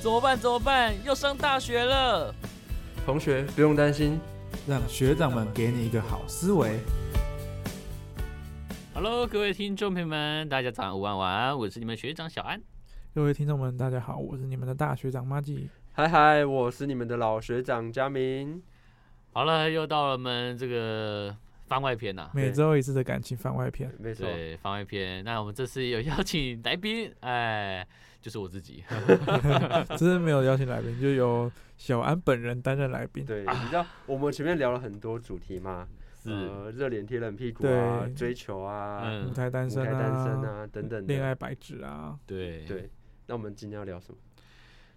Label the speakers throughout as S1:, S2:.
S1: 怎么办？怎么办？要上大学了！
S2: 同学不用担心，
S3: 让学长们给你一个好思维。
S1: Hello，各位听众朋友们，大家早安、午安、晚安，我是你们学长小安。
S4: 各位听众们，大家好，我是你们的大学长马季。
S2: 嗨嗨，我是你们的老学长佳明。
S1: 好了，又到了我们这个番外篇呐、
S4: 每周一次的感情番外篇，
S2: 没错，
S1: 对，番外篇。那我们这次有邀请来宾，哎，就是我自己。
S4: 只是没有邀请来宾，就由小安本人担任来宾。
S2: 对，你知道我们前面聊了很多主题嘛，
S1: 啊是，
S2: 呃，热脸贴冷屁股啊，
S4: 对
S2: 追求啊，
S1: 嗯
S4: 舞台单
S2: 舞
S4: 身
S2: 台单身
S4: 啊，
S2: 啊等等的
S4: 恋爱。白纸啊，
S1: 对。
S2: 对，那我们今天要聊什么？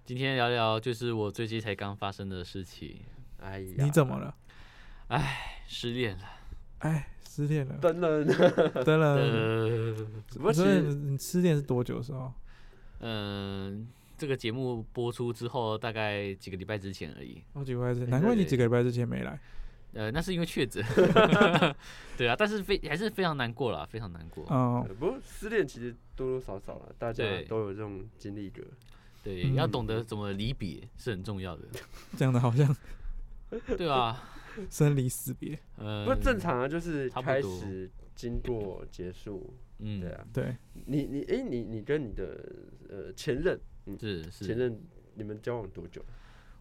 S1: 今天聊聊就是我最近才刚发生的事情，
S2: 哎呀，
S4: 你怎么了？
S1: 失恋了。
S4: 哎，失恋了。
S2: 等等？
S4: 当然，
S1: 呃，
S2: 我其
S4: 所以
S2: 实
S4: 你失恋是多久的时候？
S1: 嗯、这个节目播出之后，大概几个礼拜之前而已。
S4: 好几个礼拜之前，
S2: 哎
S4: 难怪你
S2: 对
S4: 几个礼拜之前没来。
S1: 呃，那是因为确诊，对啊，但是非还是非常难过啦，非常难过。
S4: 嗯，
S2: 呃不过失恋其实多多少少了，大家
S1: 对
S2: 都有这种经历过。
S1: 对，
S4: 嗯
S1: 要懂得怎么离别是很重要的，
S4: 讲的好像
S1: 对啊，
S4: 生离死别。
S1: 呃，
S2: 不过正，常啊，就是
S1: 差不
S2: 开
S1: 多
S2: 始、经过、结束，
S1: 嗯，
S2: 对啊。
S4: 对，
S2: 你你哎、你你跟你的呃前任
S1: 是
S2: 前
S1: 是，
S2: 任你们交往多久？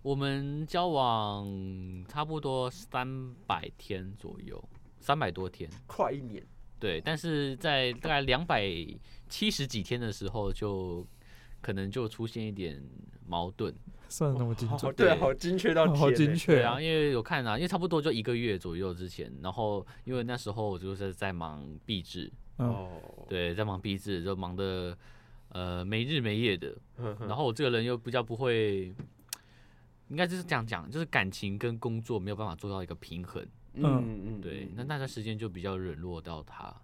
S1: 我们交往差不多三百天左右，三百多天，
S2: 快一年。
S1: 对，但是在大概两百七十几天的时候就。可能就出现一点矛盾，
S4: 算的那么精
S2: 好
S4: 准，
S2: 对啊，
S1: 哦对
S2: 好精确到天
S4: 好
S2: 欸
S4: 精
S1: 对
S4: 确
S1: 啊，！因为有看啊，因为差不多就一个月左右之前，然后因为那时候我就是在忙壁纸，
S4: 嗯，
S2: 哦，
S1: 对，在忙壁纸，就忙的呃没日没夜的，然
S2: 然
S1: 后我这个人又比较不会，应该就是这样讲，就是感情跟工作没有办法做到一个平衡。
S2: 嗯嗯
S1: 对，
S2: 嗯
S1: 那那段时间就比较冷落到他，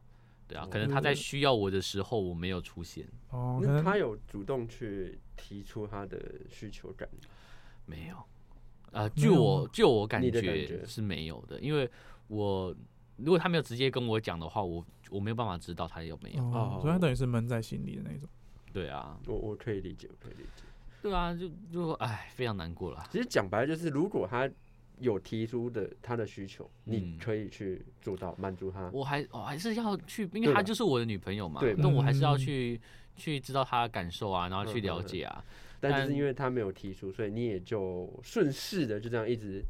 S1: 对啊，可
S2: 哦
S1: 能他在需要我的时候我没有出现，
S4: 哦，可
S2: 那
S4: 能
S2: 他有主动去提出他的需求感，
S1: 没有。呃，据
S4: 没有
S1: 我
S4: 吗
S1: 据我感
S2: 你的感
S1: 觉
S2: 觉
S1: 是没有的，因为我如果他没有直接跟我讲的话，我我没有办法知道他有没有。
S4: 哦
S2: 哦，
S4: 所以他等于是闷在心里的那种。
S1: 对啊，
S2: 我我可以理解，我可以理解。
S1: 对啊，就就哎，非常难过啦。
S2: 其实讲白了就是，如果他有提出的他的需求，
S1: 嗯
S2: 你可以去做到满足他。
S1: 我还我、还是要去，因为
S2: 嗯对
S1: 她
S2: 吧
S1: 就是我的女朋友嘛
S2: 对，吧
S1: 那我还是要
S4: 嗯
S1: 去去知道她的感受啊，然后去了解啊。
S2: 但就
S1: 但
S2: 是因为他没有提出，所以你也就顺势的就这样一直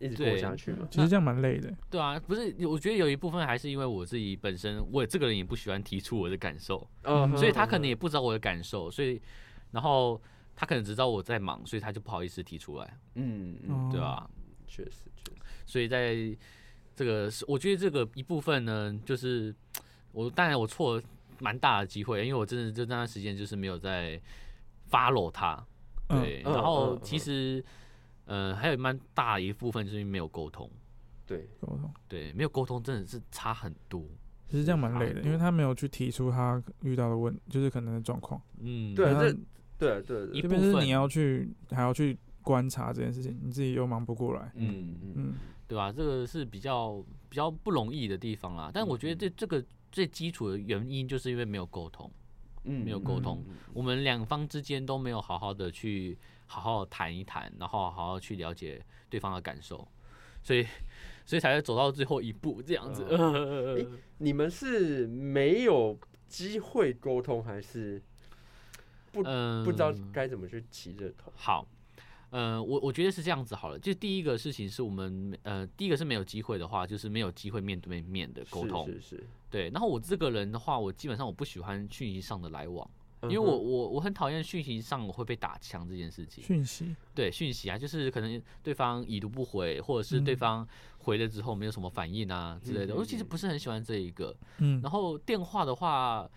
S2: 一直过
S1: 对
S2: 下去嘛。
S4: 其实这样蛮累的。
S1: 对啊，不是，我觉得有一部分还是因为我自己本身，我这个人也不喜欢提出我的感受，
S2: 哦
S1: 嗯所以她可能也不知道我的感受，所以然后她可能只知道我在忙，所以她就不好意思提出来，
S2: 嗯嗯，
S4: 哦
S1: 对啊吧、
S2: 确实确实，
S1: 所以在这个是，我觉得这个一部分呢，就是我当然我错了蛮大的机会，因为我真的就那段时间就是没有在 follow 她。
S4: 嗯
S1: 对，
S2: 嗯
S1: 然后
S2: 嗯
S1: 其
S2: 嗯
S1: 实，呃，还有蛮大一部分就是没有沟通，
S2: 对，
S4: 沟通。
S1: 对，没有沟通真的是差很多，
S4: 其实这样蛮累
S1: 差
S4: 的，
S1: 很
S4: 因为他没有去提出他遇到的问，就是可能的状况。
S1: 嗯，
S2: 对
S4: 然后
S2: 这对对对，
S1: 一
S4: 这
S1: 部
S4: 边是
S1: 分
S4: 你要去，还要去观察这件事情，你自己又忙不过来。
S1: 嗯
S2: 嗯
S4: 嗯，
S1: 对吧、这个是比较比较不容易的地方啦，但我觉得这这个最基础的原因就是因为没有沟通，
S2: 嗯
S1: 没有沟通，我们两方之间都没有好好的去好好地谈一谈，然后好好去了解对方的感受，所以所以才会走到最后一步这样子。
S2: 哦诶你们是没有机会沟通，还是
S1: 嗯，
S2: 不知道该怎么去起这头？
S1: 好，呃，我我觉得是这样子好了，就第一个事情是我们呃，第一个是没有机会的话，就是没有机会面对面的沟通，
S2: 是是是，
S1: 对。然后我这个人的话，我基本上我不喜欢讯息上的来往，
S2: 嗯
S1: 因为我
S2: 哼
S1: 我我很讨厌讯息上我会被打枪这件事情。
S4: 讯息，
S1: 对，讯息啊，就是可能对方已读不回，或者是对
S4: 嗯
S1: 方回了之后没有什么反应啊之类的，我其实不是很喜欢这一个。
S4: 嗯
S1: 然，后电话的话，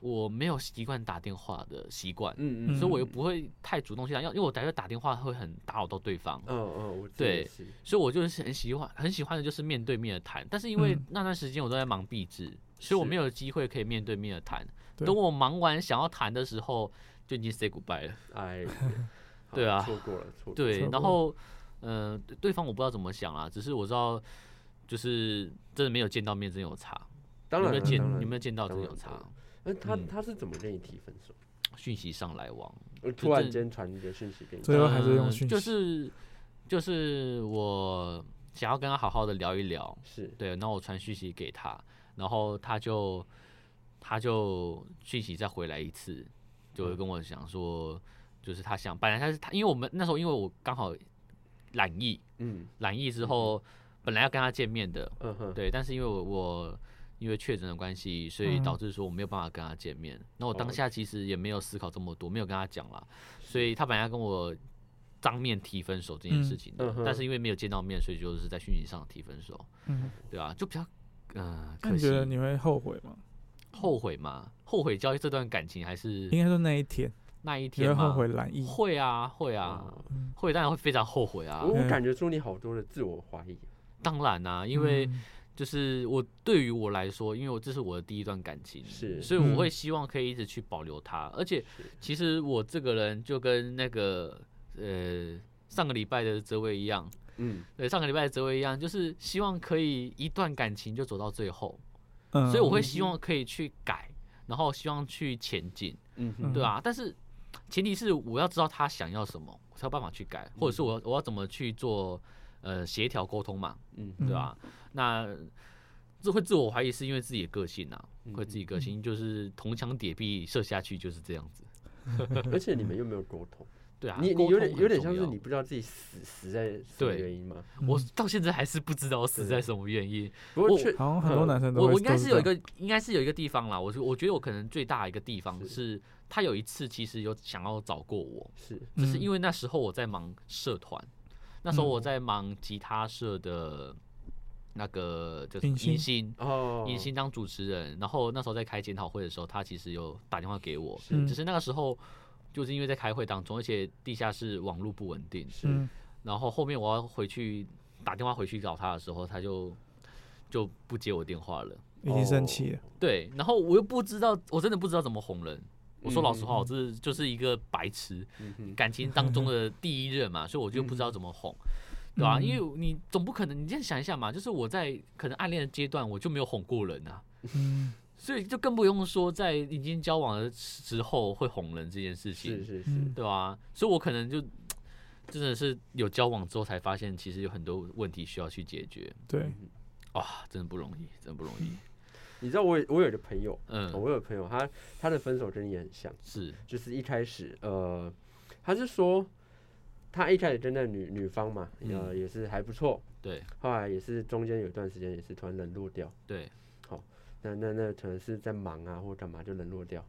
S1: 我没有习惯打电话的习惯。
S2: 嗯
S4: 嗯
S1: 所以我又不会太主动去打，要因为我感觉打电话会很打扰到对方，
S2: 嗯嗯，我自己
S1: 对
S2: 也是
S1: 所以我就是很喜欢很喜欢的就是面对面的谈。但是因为
S4: 嗯
S1: 那段时间我都在忙壁纸，所以我
S2: 是
S1: 没有机会可以面对面的谈。
S4: 对
S1: 等我忙完想要谈的时候，就已经 say goodbye 了。
S2: 哎，好
S1: 对啊
S2: 错过了，错过了
S1: 对
S4: 错，
S1: 然
S4: 过
S1: 后呃，对对方我不知道怎么想啊，只是我知道就是真的没有见到面真有差，
S2: 当然
S1: 有没
S2: 了
S1: 有见
S2: 当然
S1: 有没有见到真
S2: 当
S1: 有
S2: 然
S1: 差
S2: 当。那他
S1: 嗯
S2: 他是怎么跟你提分手？
S1: 讯息上来往。
S2: 我突然间传一个讯息给你，
S4: 最后还是用
S1: 嗯
S4: 讯息
S1: 就是就是我想要跟他好好的聊一聊，
S2: 是
S1: 对，那我传讯息给他，然后他就他就讯息再回来一次，就会跟我讲说，就是他想，本来他是他，因为我们那时候因为我刚好染疫，
S2: 嗯
S1: 染疫之后本来要跟他见面的，
S2: 嗯哼，
S1: 对，但是因为我我因为确诊的关系，所以
S4: 嗯
S1: 导致说我没有办法跟他见面。那我当
S2: 哦
S1: 下其实也没有思考这么多，没有跟他讲啦，所以他本来要跟我当面提分手这件事
S4: 嗯
S1: 情的，
S2: 嗯哼
S1: 但是因为没有见到面，所以就是在讯息上提分手，
S4: 嗯，
S1: 对啊，就比较呃可
S4: 那你
S1: 惜
S4: 觉。得你会后悔吗？
S1: 后悔吗？后悔交这段感情还是
S4: 应该说那一天，
S1: 那一
S4: 你会
S1: 天吗？
S4: 后悔哦懒意。
S1: 会啊，会啊，
S2: 哇
S1: 会当然会非常后悔啊
S2: 我。嗯我
S4: 嗯
S2: 感觉出你好多的自我怀疑，
S1: 当然啊，因为
S4: 嗯
S1: 就是我对于我来说，因为我这是我的第一段感情，
S2: 是
S1: 所以我
S4: 嗯
S1: 会希望可以一直去保留它。而且
S2: 是
S1: 其实我这个人就跟那个呃上个礼拜的哲伟一样，
S2: 嗯，
S1: 对上个礼拜的哲伟一样，就是希望可以一段感情就走到最后，
S4: 嗯
S1: 所以我会希望可以去改，然后希望去前进，
S2: 嗯
S4: 嗯
S2: 哼，
S1: 对啊，但是前提是我要知道他想要什么，我才有办法去改，或者
S2: 嗯
S1: 是我要我要怎么去做呃协调沟通嘛。
S2: 嗯
S4: 嗯
S1: 对吧、那这会自我怀疑，是因为自己的个性啊，
S2: 嗯
S1: 会自己个性就是铜墙铁壁射下去就是这样子，
S2: 嗯 而且你们又没有沟通，
S1: 对啊，
S2: 你你
S1: 沟
S2: 有
S1: 通
S2: 点
S1: 很
S2: 有点
S1: 重
S2: 像是
S1: 要
S2: 你，不知道自己死死在什么
S1: 对
S2: 原因吗？
S1: 我
S4: 嗯
S1: 到现在还是不知道我死在
S2: 对
S1: 什么原因，
S2: 不过
S1: 我
S2: 确
S4: 好像很多男生都
S1: 呃我
S4: 会
S1: 我应该
S4: 都
S1: 是
S4: 这
S1: 有一
S4: 样
S1: 个应该是有一个地方啦，我是我觉得我可能最大一个地方
S2: 是
S1: 是他有一次其实有想要找过我，
S2: 是
S1: 只是
S4: 嗯
S1: 因为那时候我在忙社团，那时候
S4: 嗯
S1: 我在忙吉他社的那个叫什
S4: 迎
S1: 么
S4: 新
S1: 迎新。
S2: 哦，
S1: 影星当主持人，然后那时候在开检讨会的时候，他其实有打电话给我，
S2: 是
S1: 只是那个时候就是因为在开会当中，而且地下室网络不稳定，
S2: 是
S4: 嗯
S1: 然后后面我要回去打电话回去找他的时候，他就就不接我电话了。
S4: 已经
S1: 哦
S4: 生气了，
S1: 对，然后我又不知道，我真的不知道怎么哄人。我说老实话，我这就是一个白痴，
S2: 嗯哼，
S1: 感情当中的第一 任嘛，所以我就不知道怎么哄，对吧、
S4: 嗯
S1: 因为你总不可能，你这样想一下嘛，就是我在可能暗恋的阶段，我就没有哄过人啊。
S4: 嗯
S1: 所以就更不用说在已经交往了之后会哄人这件事
S2: 是
S1: 情，
S2: 是是，
S4: 嗯
S1: 对吧、所以我可能就真的是有交往之后才发现，其实有很多问题需要去解决
S4: 对，
S1: 啊，真的不容易，真的不容易。
S2: 嗯你知道我有我有一个朋友，
S1: 嗯，
S2: 我有个朋友，他他的分手跟你也很像，
S1: 是，
S2: 就是一开始呃，他是说他一开始跟那女女方嘛，呃
S1: 嗯
S2: 也是还不错，
S1: 对
S2: 后来也是中间有一段时间也是突然冷落掉，
S1: 对，
S2: 那那那可能是在忙啊或干嘛就冷落掉。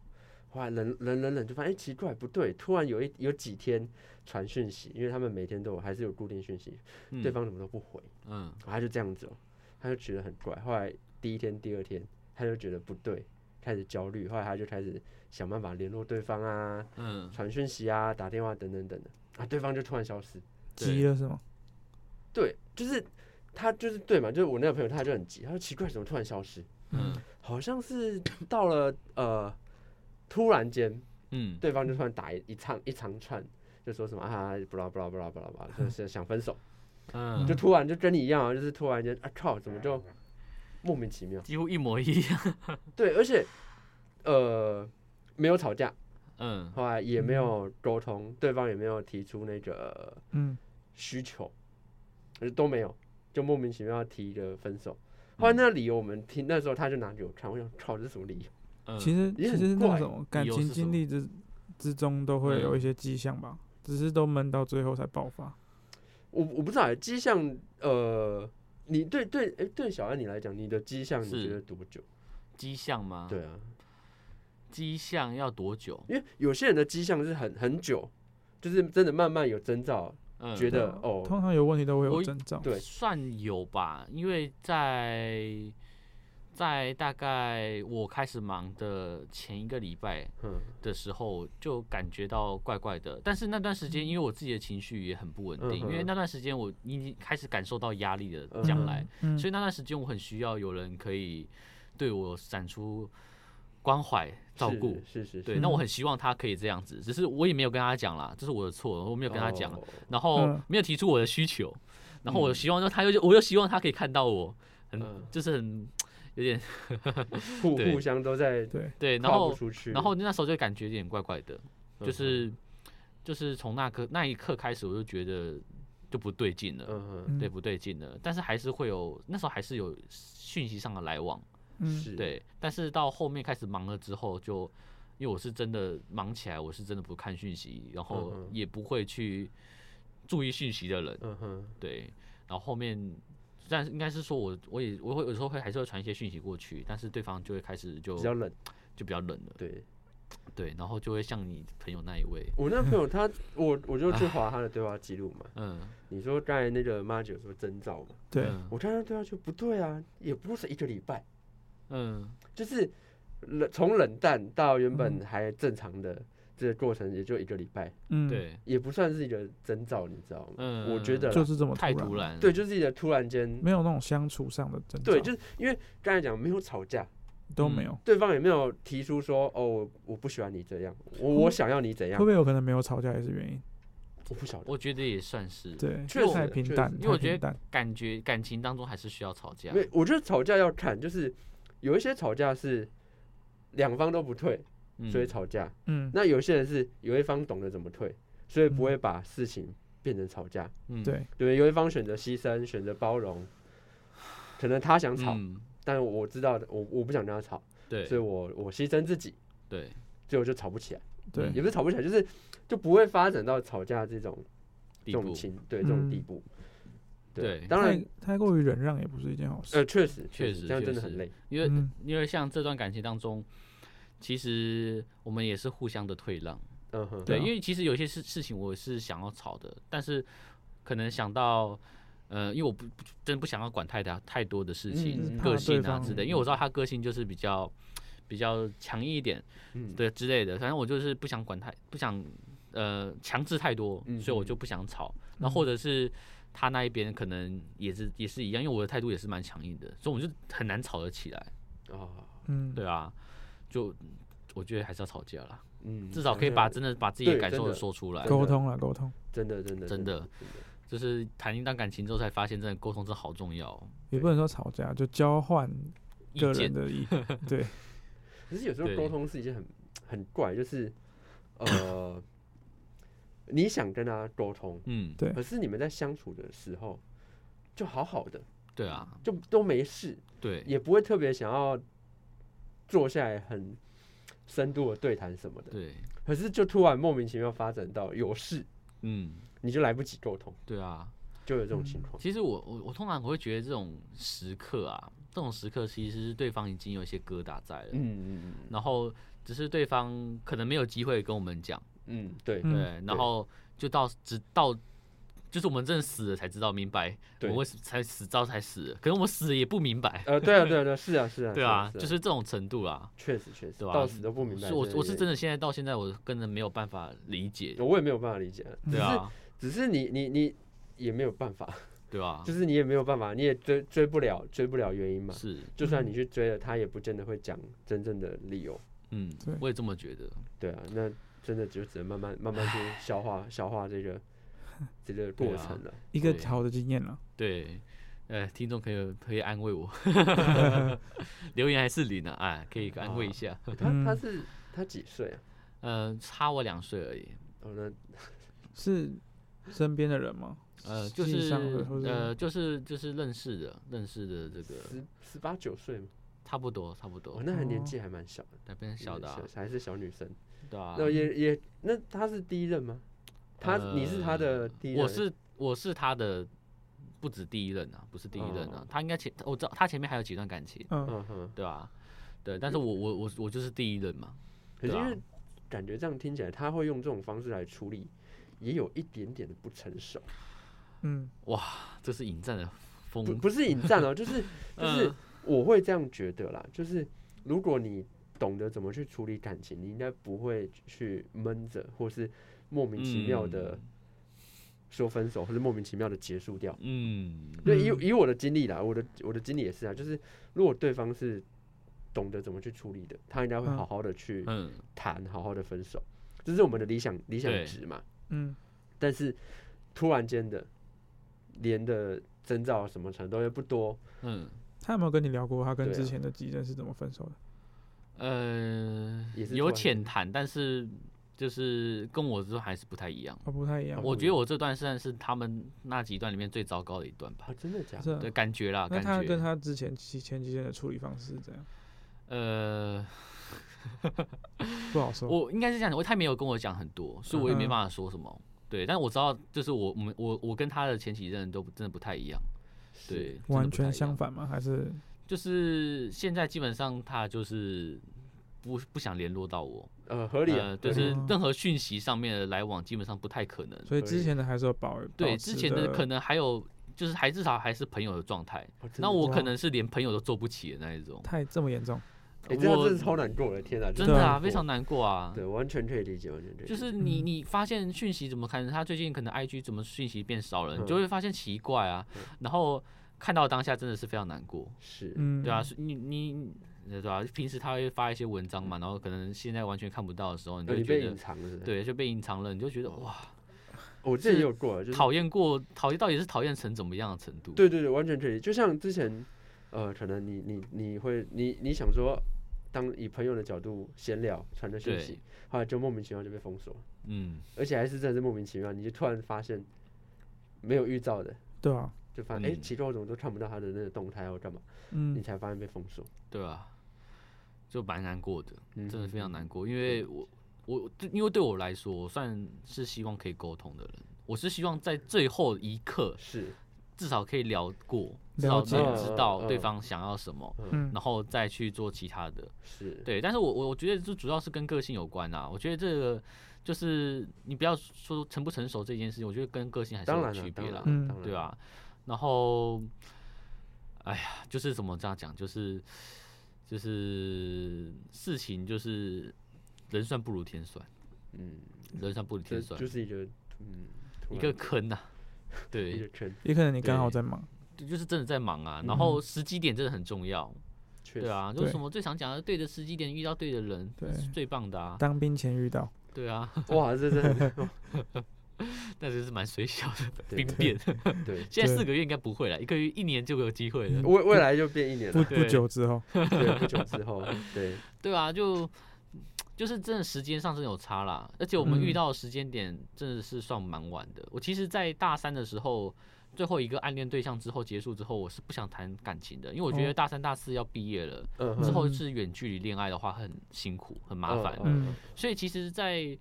S2: 后来冷冷冷冷就发现、哎奇怪不对，突然有一有几天传讯息，因为他们每天都有还是有固定讯息，
S1: 嗯
S2: 对方怎么都不回，
S1: 嗯
S2: 然后他就这样子、哦，他就觉得很怪。后来第一天、第二天，他就觉得不对，开始焦虑。后来他就开始想办法联络对方啊，
S1: 嗯，
S2: 传讯息啊，打电话等等等等的啊，对方就突然消失。
S4: 急
S1: 对
S4: 了是吗？
S2: 对，就是他就是对嘛，就是我那个朋友他就很急，他说奇怪怎么突然消失，
S1: 嗯
S2: 好像是到了呃突然间
S1: 嗯，
S2: 对方就突然打一一长一长串，就说什么啊，不啦不啦不啦不啦不啦，就是想分手，
S1: 嗯，
S2: 就突然就跟你一样啊，就是突然间啊靠，怎么就莫名其妙？
S1: 几乎一模一样，
S2: 对，而且呃没有吵架，
S1: 嗯
S2: 后来也没有沟通，对方也没有提出那个
S4: 嗯，
S2: 需求，呃都没有，就莫名其妙提一个分手。后
S1: 嗯
S2: 来那个理由我们听，那时候他就拿给我看，我想靠，这是什么理由？
S1: 嗯，
S4: 其实
S2: 也
S4: 其
S2: 很
S4: 实那
S2: 怪
S4: 种感
S1: 理由
S4: 情
S1: 是什么
S4: 经历之之中都会有
S1: 嗯
S4: 一些迹象吧，只是都闷到最后才爆发。
S2: 我我不知道欸，迹象呃，你对对哎、对小安你来讲，你的迹象你
S1: 是
S2: 觉得多久？
S1: 迹象吗？，
S2: 对啊，
S1: 迹象要多久？
S2: 因为有些人的迹象是很很久，就是真的慢慢有征兆，
S1: 嗯，
S2: 觉
S4: 对
S2: 得
S4: 啊
S2: 哦，
S4: 通常有问题都会有
S1: 我
S4: 征兆。
S2: 对
S1: 算有吧，因为在在大概我开始忙的前一个礼拜
S2: 嗯，
S1: 的时候，就感觉到怪怪的。但是那段时间，因为我自己的情绪也很不稳定，
S2: 嗯
S1: 因
S2: 哼
S1: 为那段时间我已经开始感受到压力的将来，
S4: 嗯，嗯，
S1: 所以那段时间我很需要有人可以对我展出关怀照顾。
S2: 是是是，
S1: 对，
S2: 是
S1: 那我很希望他可以这样子，只是我也没有跟他讲啦，这是我的错，我没有跟他讲。
S2: 哦
S1: 然后
S4: 嗯
S1: 没有提出我的需求，然
S2: 嗯
S1: 后我希望就他又我又希望他可以看到我，很
S2: 嗯
S1: 就是很有点
S2: 互
S1: 对
S2: 互相都在
S4: 对，
S1: 对，然
S2: 跨
S1: 后
S2: 不出去。
S1: 然后那时候就感觉有点怪怪的，
S2: 嗯
S1: 就是就是从那刻那一刻开始，我就觉得就不对劲了，
S2: 嗯
S4: 嗯
S1: 对，不对劲了。但是还是会有那时候还是有讯息上的来往，
S2: 哼，
S4: 嗯，
S2: 是，
S1: 对。但是到后面开始忙了之后就，因为我是真的忙起来，我是真的不看讯息，然后
S2: 嗯哼
S1: 也不会去注意讯息的人，
S2: 嗯哼，
S1: 对。然后后面。但是应该是说我，我也我会有时候会还是会传一些讯息过去，但是对方就会开始就
S2: 比较冷。
S1: 就比较冷了，
S2: 对
S1: 对，然后就会像你朋友那一位，
S2: 我那朋友他，我我就去划他的对话记录嘛。
S1: 嗯，
S2: 你说刚才那个妈姐有说征兆嘛？
S4: 对，
S1: 嗯
S2: 我看他对话就不对啊，也不是一个礼拜，
S1: 嗯，
S2: 就是冷从冷淡到原本
S4: 嗯
S2: 还正常的这个过程，也就一个礼拜，
S4: 嗯，，
S1: 对，
S2: 也不算是一个征兆，你知道吗？
S1: 嗯，
S2: 我觉得啦
S4: 就是这么
S1: 太
S4: 突
S1: 突，然了，
S2: 对，就是一个突然间，
S4: 嗯没有那种相处上的争
S2: 对，
S4: 吵
S2: 就是因为刚才讲没有吵架，
S4: 都没有。
S2: 对方也没有提出说哦，我我不喜欢你这样，我我想要你怎
S4: 会
S2: 样
S4: 不，会有可能没有吵架也是原因？
S2: 我不晓得，
S1: 我觉得也算是，
S4: 对，
S2: 确实
S4: 太平淡，
S1: 因为我
S4: 太
S1: 觉得
S4: 平淡。
S1: 感觉感情当中还是需要吵
S4: 啊
S1: 架
S2: 没，，我觉得吵架要看，就是有一些吵架是两方都不退，
S1: 嗯
S2: 所以，吵架。
S4: 嗯，
S2: 那有些人是有一方懂得怎么退，所以不会把事情变成吵架。
S1: 嗯，
S4: 对，
S2: 对不对，有一方选择牺牲，选择包容。可能他想吵，
S1: 嗯，
S2: 但我知道我我不想跟他吵，所以
S1: 对，
S2: 我我牺牲自己，
S1: 对，
S2: 最后就吵不起来，
S4: 对
S1: 嗯，
S2: 也不是吵不起来，就是就不会发展到吵架这种这
S1: 地
S2: 种
S1: 步，
S2: 情对这种地
S4: 嗯
S2: 步。
S1: 对
S2: 当然
S4: 太太过于忍让也不是一件好
S2: 呃，
S4: 事。
S2: 确实
S1: 确实
S2: 这样真的
S1: 确
S2: 很
S1: 实
S2: 累。
S1: 因为
S4: 嗯，
S1: 因为像这段感情当中，其实我们也是互相的退让，
S2: 嗯哼，
S1: 对，
S4: 对啊
S1: 因为其实有些事事情我是想要吵的，但是可能想到，呃，因为我不不真不想要管太大太多的事情，
S2: 嗯
S1: 个
S4: 怕
S1: 性
S4: 对
S1: 啊
S4: 方
S1: 之类，因为我知道他个性就是比较比较强硬一点，
S2: 嗯
S1: 对之类的，反正我就是不想管太不想呃强制太多，
S2: 嗯
S1: 所以我就不想吵。那或者是他那一边可能也是也是一样，因为我的态度也是蛮强硬的，所以我们就很难吵得起来。
S2: 啊，
S4: 嗯，
S1: 对啊，就我觉得还是要吵架啦。
S2: 嗯，
S1: 至少可以
S2: 真
S1: 把
S2: 的
S1: 真的把自己的
S2: 对
S1: 感
S2: 真
S1: 受
S2: 的
S1: 说出来。
S4: 沟通了，沟通
S2: 真的真的
S1: 真的
S2: 的，
S1: 就是谈一段感情之后才发现，真的沟通真的好重要哦。
S4: 也不能说吵架，就交换
S1: 意
S4: 个人
S1: 见，
S4: 的意，对，
S2: 可是有时候
S1: 对
S2: 沟通是一件很很怪，就是 呃，你想跟他沟通，
S1: 嗯，
S4: 对
S2: 可是你们在相处的时候就好好的，
S1: 对啊，
S2: 就都没事，
S1: 对
S2: 也不会特别想要坐下来很深度的对谈什么的。
S1: 对，
S2: 可是就突然莫名其妙发展到有事，
S1: 嗯，
S2: 你就来不及沟通，
S1: 对啊。
S2: 就有这种情况。
S1: 其实我我我通常我会觉得这种时刻啊，这种时刻其实是对方已经有一些疙瘩在了，
S2: 嗯嗯嗯
S1: 然后只是对方可能没有机会跟我们讲，
S2: 嗯，对，
S4: 嗯
S1: 对，然后就到直到。就是我们真的死了才知道明白，我
S2: 对
S1: 们为什么才死早才死了，可能我们死了也不明白，
S2: 呃，对啊，对啊，对啊，是啊，是啊，
S1: 对啊，
S2: 啊
S1: 就是这种程度啊。
S2: 确实确实，
S1: 对啊
S2: 到死都不明白
S1: 是
S2: 这个
S1: 我
S2: 原因。
S1: 我是真的现在到现在我根本没有办法理解，
S2: 我也没有办法理解啊，
S1: 对啊，
S2: 只是你你你也没有办法，
S1: 对啊
S2: 就，是你也没有办法，你也追追不了，追不了原因嘛。
S1: 是，
S2: 就算你去追了，他也不见得会讲真正的理由。
S1: 嗯
S4: 对，
S1: 我也这么觉得，
S2: 对啊，那真的就只能慢慢慢慢 去消化消化这个这个过程了。
S4: 一个
S1: 对
S4: 好的经验了。
S1: 对，呃，听众可以可以安慰我， 留言还是零呢，哎，可以安慰一下，
S2: 他他
S4: 嗯
S2: 是他几岁啊？
S1: 呃，差我两岁而已，
S2: 哦，那
S4: 是身边的人吗？
S1: 呃，就
S4: 系
S1: 是
S4: 上的或者
S1: 呃，就是就是认识的，认识的这个
S2: 十十八九岁嘛，
S1: 差不多差不多
S2: 哦，，那还
S4: 哦
S2: 年纪还蛮小的，
S1: 那边小的啊，
S2: 还是小女生。
S1: 对啊，
S2: 那也也那他是第一任吗？他你是他的第一任，
S1: 呃我是我是他的。不止第一任啊，不是第一任啊，
S2: 哦
S1: 他应该前我知道他前面还有几段感情，
S4: 嗯，
S2: 嗯哼，
S1: 对啊，对，但是我我我我就是第一任嘛，
S2: 可是
S1: 对
S2: 因
S1: 啊
S2: 为感觉这样听起来，他会用这种方式来处理，也有一点点的不成熟，
S4: 嗯，
S1: 这是引战的风
S2: 不，不是引战 哦，就是就是
S1: 嗯
S2: 我会这样觉得啦，就是如果你懂得怎么去处理感情，你应该不会去闷着，或是莫名其妙
S1: 嗯
S2: 的说分手，或是莫名其妙的结束掉。
S1: 嗯，
S2: 对，以
S4: 嗯
S2: 以我的经历啦，我的我的经历也是啊，就是如果对方是懂得怎么去处理的，他应该会
S4: 嗯
S2: 好好的去
S1: 嗯
S2: 谈，好好的分手，这是我们的理想理想
S1: 对
S2: 值嘛。
S4: 嗯，
S2: 但是突然间的连的征兆什么程度也不多，
S1: 嗯，
S4: 他有没有跟你聊过他跟
S2: 对啊
S4: 之前的几任是怎么分手的？
S1: 呃
S2: 也，是
S1: 有
S2: 突然
S1: 浅谈，但是就是跟我这还是不太一样。
S4: 哦，不太一样。
S1: 啊我觉得我这段算是他们那几段里面最糟糕的一 段吧
S2: 啊，，真的假
S4: 是
S2: 的？
S4: 啊
S1: 对，感觉啦，
S4: 那
S1: 感
S4: 他
S1: 觉。
S4: 跟他之前期前几任的处理方式是怎样？
S1: 呃，
S4: 不好说。
S1: 我应该是这样讲，我他也没有跟我讲很多，所以我也没
S4: 嗯哼
S1: 办法说什么。对，但我知道，就是我我们我我跟他的前几任都不真的不太一样，
S2: 是
S1: 对，，真的
S4: 完
S1: 不太一
S4: 全
S1: 样
S4: 相。反吗？还是
S1: 就是现在基本上他就是不不想联络到我，
S2: 呃，合理啊
S1: 呃，，就
S2: 合理
S1: 是
S4: 哦
S1: 任何讯息上面的来往基本上不太可能。
S4: 所以
S2: 可
S4: 之
S2: 以
S4: 前的还是有保
S1: 对，
S4: 保
S1: 之
S4: 持
S1: 前的
S4: 的
S1: 可能还有就是还至少还是朋友的状态，
S2: 哦真的
S1: 那我
S4: 假
S1: 可
S4: 的
S1: 能是连朋友都做不起的那一种。
S4: 太这么严重，
S2: 哎，这样
S1: 我
S2: 真的超难过的，天哪，
S1: 真
S4: 对
S1: 的
S4: 啊
S1: 啊，非常难过啊。
S2: 对，完全可以理解，完全可以理解，
S1: 就是你
S4: 嗯
S1: 你发现讯息怎么看？他最近可能 IG 怎么讯息变少了，你就
S2: 嗯
S1: 会发现奇怪啊。然后看到当下真的是非常难过，
S2: 是，
S4: 嗯，
S1: 对啊，，是你你对吧、平时他会发一些文章嘛，然后可能现在完全看不到的时候，你
S2: 呃
S1: 就
S2: 你
S1: 会
S2: 被
S1: 觉得
S2: 隐藏了，是不是，
S1: 对，就被隐藏了，你就觉得哇，
S2: 我之前也有过啊，就是
S1: 讨厌过讨厌到底是讨厌成怎么样的程度？
S2: 对对对，完全可以。就像之前，呃，可能你你你会你你想说，当以朋友的角度闲聊传的讯
S1: 对
S2: 息，，后来就莫名其妙就被封锁，
S1: 嗯，
S2: 而且还是真的是莫名其妙，你就突然发现没有预兆的，
S4: 对啊，
S2: 就发现哎、诶
S1: 嗯
S2: 奇怪，我怎么都看不到他的那个动态或干嘛，你
S4: 嗯，
S2: 才发现被封锁，
S1: 对啊，就蛮难过的，
S2: 嗯，
S1: 真的非常难过，因为我我对因为对我来说，我算是希望可以沟通的人，我是希望在最后一刻
S2: 是，
S1: 至少可以聊过，至少
S4: 了解
S1: 能知道
S2: 嗯嗯
S1: 对
S2: 嗯
S1: 方想要什么，
S2: 嗯，
S4: 嗯
S1: 然后再去做其他的。
S2: 是，
S1: 对，但是我我我觉得这主要是跟个性有关啊。我觉得这个就是你不要说成不成熟这件事情，我觉得跟个性还是
S2: 当
S1: 有
S2: 然了
S1: 区，别
S2: 当然
S1: 啦
S2: 了，，
S4: 嗯
S2: 当然
S1: 对
S2: 了，
S1: 啊，然后，哎呀，就是怎么这样讲，就是就是事情就是人算不如天算，
S2: 嗯，
S1: 人算不如
S2: 这
S1: 天算，
S2: 就是一个嗯突
S1: 一
S2: 然
S1: 个 坑呐、
S2: 一
S1: 对
S2: 个，圈，
S4: 也可能你刚好
S1: 对
S4: 在忙，
S1: 就是真的在忙啊，
S4: 嗯
S1: 然后时机点真的很重要，
S2: 确实，
S1: 对啊，就
S4: 对
S1: 是什么最常讲的，对的时机点遇到对的人，
S4: 对
S1: 是最棒的啊，
S4: 当兵前遇到，
S1: 对啊，
S2: 哇，这真的
S1: 那真是蛮水小的
S2: 对
S1: 兵变。
S2: 对，
S1: 现在
S4: 对
S1: 四个月应该不会了，一个月一年就有机会了，
S2: 未未来就变一年
S4: 不
S2: 了，
S4: 不
S1: 对
S4: 久之后，
S2: 对，不 久之后，对。
S1: 对啊，就就是真的时间上真的有差啦，而且我们
S4: 嗯
S1: 遇到的时间点真的是算蛮晚的。我其实，在大三的时候，最后一个暗恋对象之后结束之后，我是不想谈感情的，因为我觉
S4: 哦
S1: 得大三大四要毕业了，
S2: 嗯
S1: 之
S2: 哼
S1: 后
S4: 嗯
S1: 是远距离恋爱的话很辛苦，很麻烦。
S2: 嗯
S4: 嗯
S1: 所以其实在，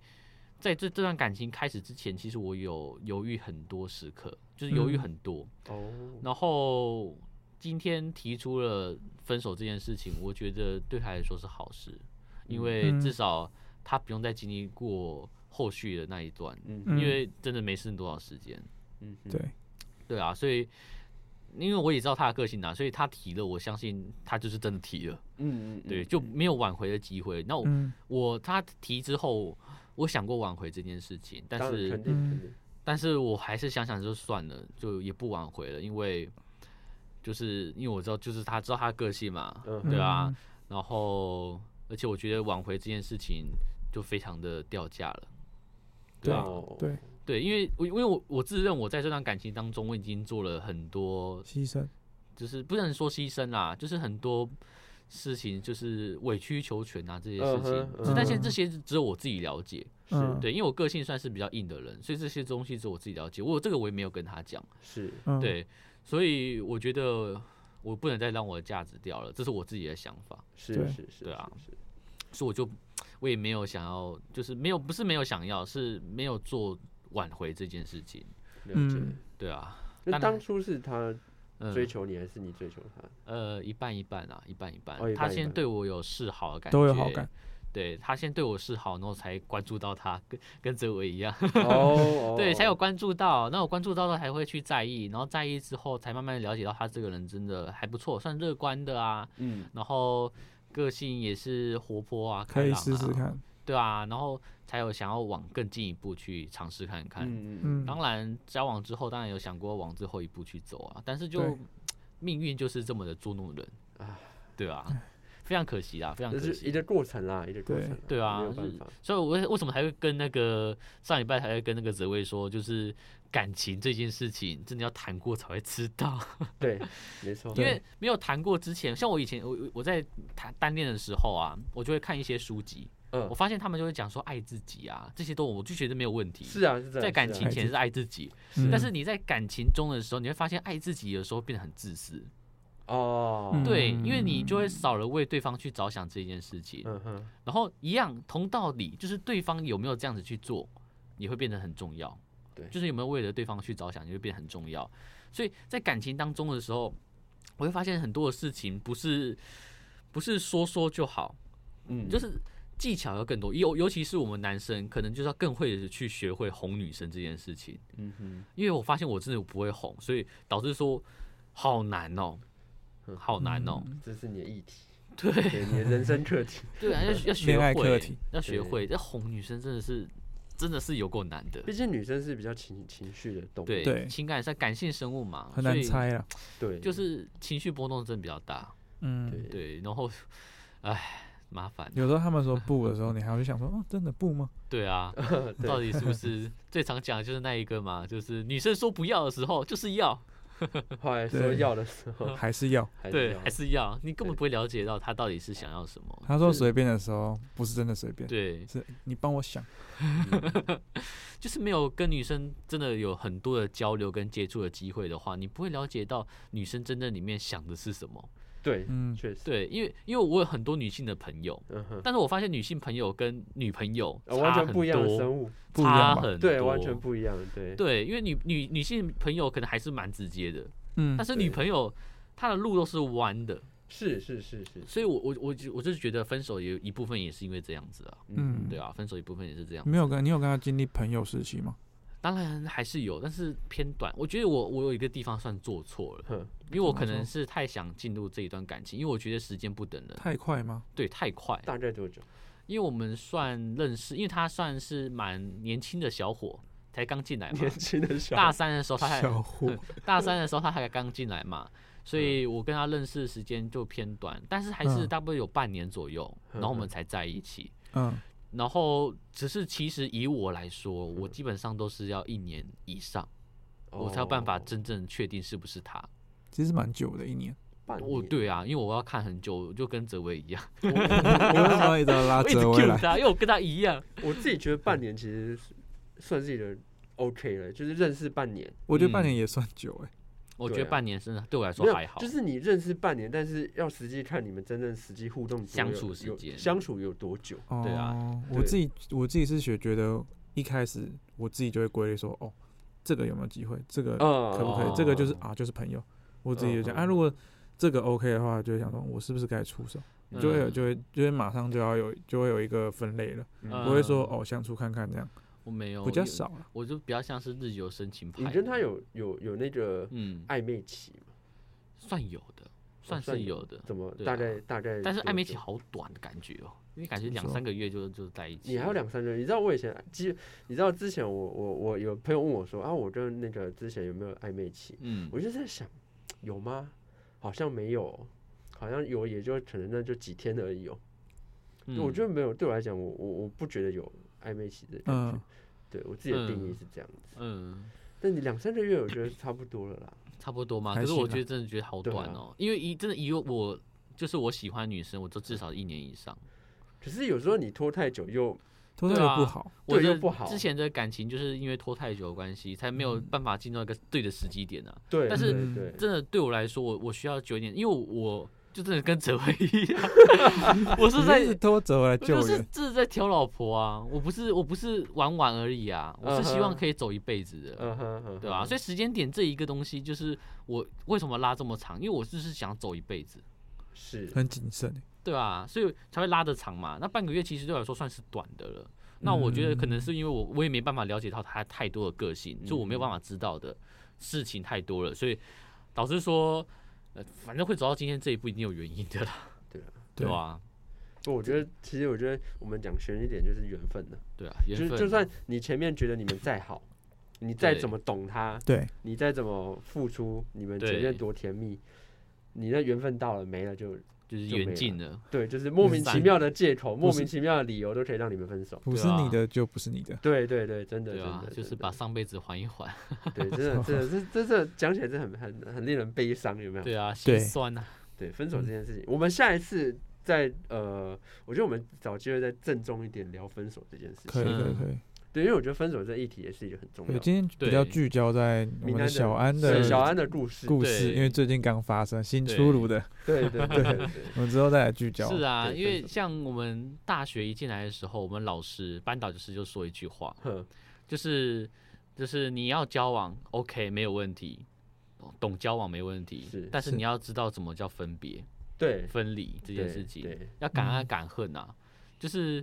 S1: 在这这段感情开始之前，其实我有犹豫很多时刻，就是犹豫
S4: 嗯
S1: 很多。
S2: 哦，
S1: 然后今天提出了分手这件事情，我觉得对他来说是好事，因为
S4: 嗯
S1: 至少他不用再经历过后续的那一段，
S2: 嗯
S4: 嗯
S1: 因为真的没剩多少时间。
S2: 嗯，嗯，
S4: 对，
S1: 对啊，所以因为我也知道他的个性啊，所以他提了，我相信他就是真的提了，
S2: 嗯嗯，
S1: 对，就没有挽回的机会。那我、
S4: 嗯
S1: 我他提之后，我想过挽回这件事情，但
S2: 当然
S1: 是
S2: 肯定肯
S4: 嗯
S2: 定，
S1: 但是我还是想想就算了，就也不挽回了，因为就是因为我知道，就是他知道他的个性嘛，
S2: 嗯
S1: 对啊，然后而且我觉得挽回这件事情就非常的掉价了，
S4: 对
S1: 啊，
S2: 哦
S4: 对，
S1: 对，因为我因为我我自认我在这段感情当中，我已经做了很多，
S4: 牺牲，
S1: 就是不能说牺牲啦，就是很多事情就是委曲求全啊这些
S2: 嗯
S1: 事情，
S2: 哼
S1: 是但是
S4: 嗯
S1: 这些只有我自己了解，
S4: 嗯
S2: 是
S1: 对，因为我个性算是比较硬的人，所以这些东西只有我自己了解，我有这个我也没有跟他讲。
S2: 是，
S4: 嗯，，
S1: 对，所以我觉得我不能再让我的价值掉了，这是我自己的想法，
S2: 是
S4: 对
S2: 是是，
S1: 对啊
S2: 是，是
S1: 所以我就我也没有想要，就是没有不是没有想要，是没有做挽回这件事情，
S2: 了解。
S4: 嗯
S1: 对啊，
S2: 那
S1: 当
S2: 当
S1: 然
S2: 初是他
S1: 嗯、
S2: 追求你，还是你追求 他？
S1: 呃一半一半啊，一半一半，
S2: 哦一
S1: 他
S2: 半一
S1: 先
S2: 半
S1: 对我有示好的感觉，
S4: 都有好感，，
S1: 对他先对我示好，然后才关注到他，跟跟哲伟一样，
S2: 哦，
S1: 对，
S2: 哦
S1: 才有。关注到，那我关注到了才会去在意，然后在意之后才慢慢了解到他这个人真的还不错，算乐观的啊，
S2: 嗯，
S1: 然后个性也是活泼啊，
S4: 可
S1: 开
S4: 以
S1: 朗啊
S4: 试试，看，
S1: 对啊，然后才有想要往更进一步去尝试看看。
S2: 嗯嗯
S4: 嗯，
S1: 当然，交往之后当然有想过往最后一步去走啊，但是就
S4: 对
S1: 命运就是这么的捉弄人
S2: 啊
S1: 啊，对啊，非常可惜啦，非常
S2: 这
S1: 可
S2: 是
S1: 惜。
S2: 一个过程啦，一个过
S4: 对
S2: 程啦。
S1: 对啊
S2: 没有
S1: 就
S2: 办
S1: 是
S2: 法。
S1: 所以我为为什么还会跟那个上礼拜还会跟那个泽威说，就是感情这件事情真的要谈过才会知道，
S2: 对，没错。
S1: 因为没有谈过之前，像我以前我我在谈单恋的时候啊，我就会看一些书籍，
S2: 嗯
S1: 我发现他们就会讲说爱自己啊，这些都我就觉得没有问题。
S2: 是啊，是这样。
S1: 在感
S2: 是啊
S1: 情前是爱自己，
S4: 嗯
S1: 但是你在感情中的时候，你会发现爱自己有时候变得很自私，
S2: 哦，
S1: 对，
S4: 嗯
S1: 因为你就会少了为对方去着想这件事情。
S2: 嗯哼，
S1: 然后一样同道理，就是对方有没有这样子去做，也会变得很重要。
S2: 对
S1: 就是有没有为了对方去着想，也会变得很重要。所以在感情当中的时候，我会发现很多的事情不是不是说说就好，
S2: 嗯，
S1: 就是技巧要更多。尤尤其是我们男生，可能就是要更会地去学会哄女生这件事情。
S2: 嗯哼，
S1: 因为我发现我真的不会哄，所以导致说好难哦、
S2: 嗯
S1: 好难哦、
S2: 这是你的议题，对，你的人生课 题。
S1: 对啊，要要学
S4: 恋爱课
S1: 会
S4: 题，
S1: 要学
S2: 对
S1: 会。要哄女生真的是真的是有够难的。
S2: 毕竟女生是比较情情绪的动物，
S1: 对，
S4: 对
S1: 情感上感性生物嘛，
S4: 很难
S1: 所以
S4: 猜啊了。
S2: 对，
S1: 就是情绪波动真的比较大。
S4: 嗯，
S2: 对，
S1: 对，然后，唉，麻烦。
S4: 有时候他们说不的时候，你还会想说，哦，真的不吗？
S1: 对 啊，到底是不是最常讲的就是那一个嘛？就是女生说不要的时候就是要，
S2: 后来说
S4: 对
S2: 要的时 候，
S4: 还是要？
S2: 还是
S1: 对，
S2: 要
S1: 还是要，你根本
S2: 对
S1: 不会了解到她到底是想要什么。
S4: 他说随便的时候，不是真的随便，
S1: 对，
S4: 是你帮我想。
S1: 就是没有跟女生真的有很多的交流跟接触的机会的话，你不会了解到女生真正里面想的是什么。
S2: 对，
S4: 嗯，
S2: 确实，
S1: 对，因为因为我有很多女性的朋友，
S2: 嗯哼，
S1: 但是我发现女性朋友跟女朋友
S2: 呃
S1: 差
S2: 完全
S1: 很
S2: 不一样的
S1: 多
S2: 生物，
S4: 不一
S1: 差
S4: 样吧？
S1: 很多，
S2: 对，完全不一样，对，
S1: 对，因为女女女性朋友可能还是蛮直接的，
S4: 嗯
S1: 但，是女
S2: 对
S1: 朋友她的路都是弯的，
S2: 是是是是，
S1: 所以我我我就我就是觉得分手也有一部分也是因为这样子啊，
S4: 嗯
S1: 对啊，分手一部分也是这样，
S4: 没有跟你有跟他经历朋友时期吗？
S1: 当然还是有，但是偏短。我觉得我我有一个地方算做错了，
S2: 哼，
S1: 因为我
S4: 怎么
S1: 可能
S4: 说
S1: 是太想进入这一段感情，因为我觉得时间不等人，
S4: 太快吗？
S1: 对，太快。
S2: 大概多久？
S1: 因为我们算认识，因为他算是蛮年轻的小伙，才刚进来嘛
S2: 年，轻的小
S1: 大三的时候他还
S4: 小虎，
S1: 大三的时候他还刚进来
S2: 嗯
S1: 嘛，所以我跟他认识的时间就偏短，但是还是
S4: 嗯
S1: 大概有半年左右，
S2: 嗯
S1: 然后我们才在一起。
S4: 嗯，
S1: 然后只是其实以我来说，我基本上都是要一年以上，我才有办法
S2: 哦
S1: 真正确定是不是他。
S4: 其实蛮久的，一 年。
S2: 半
S1: 我
S2: 年，
S1: 对啊，因为我要看很久，我就跟泽维一样，
S4: 我为什么一直要
S2: 啊
S4: 拉
S1: 我一直
S4: 哲回
S1: cue
S4: 来？
S1: 他，因为我跟他一样。
S2: 我自己觉得半年其实是算是一个 OK 了，就是认识半年，
S4: 我觉得
S1: 嗯
S4: 半年也算久哎、
S1: 我
S2: 对
S1: 觉得
S2: 啊
S1: 半年真的对我来
S2: 没
S1: 说
S2: 有
S1: 还好，
S2: 就是你认识半年，但是要实际看你们真正实际互动多
S1: 相
S2: 有
S1: 处时
S2: 有
S1: 间
S2: 相处有多久。
S4: 哦，
S1: 对啊，
S4: 我
S2: 对
S4: 自己我自己是觉觉得一开始我自己就会归类说，哦，这个有没有机会？这
S1: 哦
S4: 个
S2: 呃
S4: 可不可以？这个就是啊，就是朋友。我自己就讲、
S2: 嗯
S4: 啊，如果这个 OK 的话，就会想说，我是不是该出手？就会有
S1: 嗯
S4: 就会就会马上就要有就会有一个分类了，
S1: 嗯
S4: 不会说哦相处看看这样，
S1: 我没有
S4: 比较
S1: 因为
S4: 少啊了。
S1: 我就比较像是日久生情派。
S2: 你跟他有有有那个
S1: 嗯，
S2: 暧昧期吗？
S1: 算有的，算
S2: 哦算
S1: 是
S2: 有
S1: 有的，
S2: 怎么
S1: 对
S2: 大
S1: 啊
S2: 概大概？
S1: 但是暧昧期，好短的感觉哦，因为感觉
S4: 怎么
S1: 两
S4: 说
S1: 三个月就就在一起。
S2: 你还有两三个月。你知道我以前基，你知道之前我我我有朋友问我说啊，我跟那个之前有没有暧昧期？
S1: 嗯，
S2: 我就在想，有吗？好像没有，好像有，也就可能那就几天而已哦。我觉
S1: 得
S2: 得没有，对我来讲，我我我不觉得有暧昧期的感觉。
S4: 嗯，
S2: 对我自己的定义
S1: 嗯
S2: 是这样子。
S1: 嗯
S2: 但你两三个月，我觉得差不多了啦。
S1: 差不多嘛，
S4: 还
S1: 可是我
S4: 行啊
S1: 觉得真的觉得好
S2: 对啊
S1: 短哦，因为以真的以我就是我喜欢女生，我都至少一年以上。
S2: 可是有时候你拖太久又
S4: 拖太
S1: 对啊
S4: 久不好，
S1: 我
S2: 对又
S1: 的
S2: 不好
S1: 之前的感情就是因为拖太久的关系，才没有办法进到一个对的时机点啊。
S2: 对，
S1: 但是
S2: 对对
S1: 真的对我来说，我我需要久一点，因为我就真的跟哲威一样， 我是
S4: 你
S1: 在
S4: 一直拖走来
S1: 我
S4: 救
S1: 就是
S4: 援，
S1: 这是在挑老婆啊，我不是我不是玩玩而已啊，我是希
S2: 嗯
S1: 望
S2: 哼
S1: 可以走一辈子的，
S2: 嗯哼，嗯哼
S1: 对吧、所以时间点这一个东西，就是我为什么拉这么长，因为我就是想走一辈子，
S2: 是
S4: 很谨慎欸、
S1: 对吧、所以才会拉得长嘛。那半个月其实对我来说算是短的了。那我觉得可能
S2: 嗯
S1: 是因为我我也没办法了解到他太多的个性，就我没有办法知道的事情太多了，所以导致说，呃，反正会走到今天这一步一定有原因的啦，
S2: 啊
S1: 对
S4: 对
S1: 吧、
S2: 不，我觉得其实我觉得我们讲玄一点就是缘分的，
S1: 对啊，
S2: 就
S1: 缘
S2: 是
S1: 分
S2: 就
S1: 啊
S2: 算你前面觉得你们再好，你再
S1: 对
S2: 怎么懂他，
S4: 对，
S2: 你再怎么付出，你们前
S1: 对
S2: 面多甜蜜，你那缘分到了没了就
S1: 就是
S2: 就没
S1: 远
S2: 了
S1: 近了。
S2: 对，就是莫名其
S1: 散
S2: 妙的借口、莫
S4: 不是
S2: 名其妙的理由都可以让你们分手。
S4: 不是
S1: 对啊
S4: 你的就不是你的，
S2: 对对对，真的，
S1: 对
S2: 真
S1: 啊
S2: 的，，
S1: 就
S2: 真
S1: 是
S2: 的
S1: 把上辈子还一 还。
S2: 对，真的，真的，这这这讲起来是很很很令人悲伤，有没有？
S1: 对啊，
S4: 对
S1: 心酸啊。
S2: 对，分手
S4: 嗯
S2: 这件事情，我们下一次再呃，我觉得我们找机会再郑重一点聊分手这件事
S4: 可以
S2: 情。
S4: 可以
S1: 嗯
S4: 可以。
S2: 对，因为我觉得分手这议题也是一个很重要
S4: 对，
S2: 的。
S4: 今天比较
S1: 对
S4: 聚焦在我
S2: 明安
S4: 们
S2: 的
S4: 的小安
S2: 是
S4: 的
S2: 小安的故事，
S4: 故
S1: 对
S4: 事，因为最近刚发生，新
S1: 对
S4: 出炉的，
S2: 对对对 对对，
S4: 我们之后再来聚焦。
S1: 是啊，
S2: 对
S1: 因
S2: 分
S1: 为
S2: 手
S1: 像我们大学一进来的时候，我们老师班导就是就说一句话，
S2: 哼
S1: 就是就是你要交往，OK 没有问题，懂交往没问题，
S2: 是
S1: 但是
S4: 是
S1: 你要知道怎么叫分 别、
S2: 对
S1: 分离这件
S2: 对
S1: 事情，
S2: 对
S1: 要敢爱
S4: 嗯
S1: 敢恨啊，就是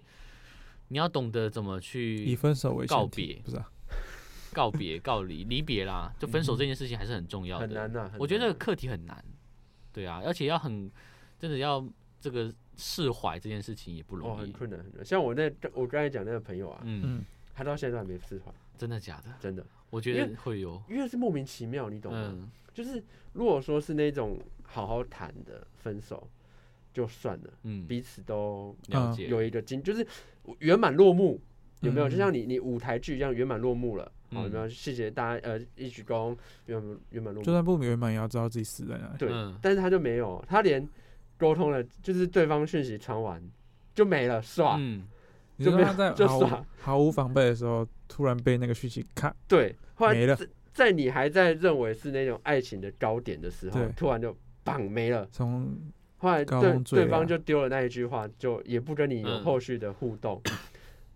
S1: 你要懂得怎么
S4: 以
S1: 去
S4: 分手为
S1: 告
S4: 前提
S1: 别，
S4: 不是啊？
S1: 告别、告离、离别啦，就
S2: 嗯
S1: 分手这件事情还是很重要
S2: 很
S1: 的。
S2: 难呐、很
S1: 我觉得
S2: 难
S1: 这个
S2: 啊
S1: 课题很难，对啊，而且要很真的要这个释怀这件事情也不
S2: 哦
S1: 容
S2: 很
S1: 易。
S2: 困难，很难。像我那我刚才讲那个朋友啊，
S1: 嗯，
S4: 嗯，
S2: 他到现在都还没释怀，
S1: 真的假的？
S2: 真的，
S1: 我觉得会有，
S2: 因为是莫名其妙，你懂吗？
S1: 嗯，
S2: 就是如果说是那种好好谈的分手，就算了，
S1: 嗯，
S2: 彼此都
S1: 了
S4: 嗯
S1: 解，
S2: 有一个经，就是圆满落幕，有没有？
S4: 嗯
S2: 就像你你舞台剧一样圆满落幕了，好、有没
S1: 嗯
S2: 有？谢谢大家，呃，一鞠躬，圆满圆满落
S4: 就
S2: 幕。
S4: 算不圆满，也要知道自己死在哪里。
S2: 对，
S1: 嗯
S2: 但是他就没有，他连沟通了，就是对方讯息传完就没了，唰，
S1: 嗯，
S4: 你
S2: 就
S4: 说
S2: 没
S4: 他 在
S2: 就
S4: 毫
S2: 耍
S4: 无毫无防备的时候，突然被那个讯息咔
S2: 对，后来
S4: 没了，
S2: 在你还在认为是那种爱情的高点的时候
S4: 对，
S2: 突然就砰没了。
S4: 从
S2: 后来
S4: 高
S2: 对
S4: 中最
S2: 对方
S4: 啊
S2: 就丢了那一句话，就也不跟你有
S1: 嗯
S2: 后续的互 动，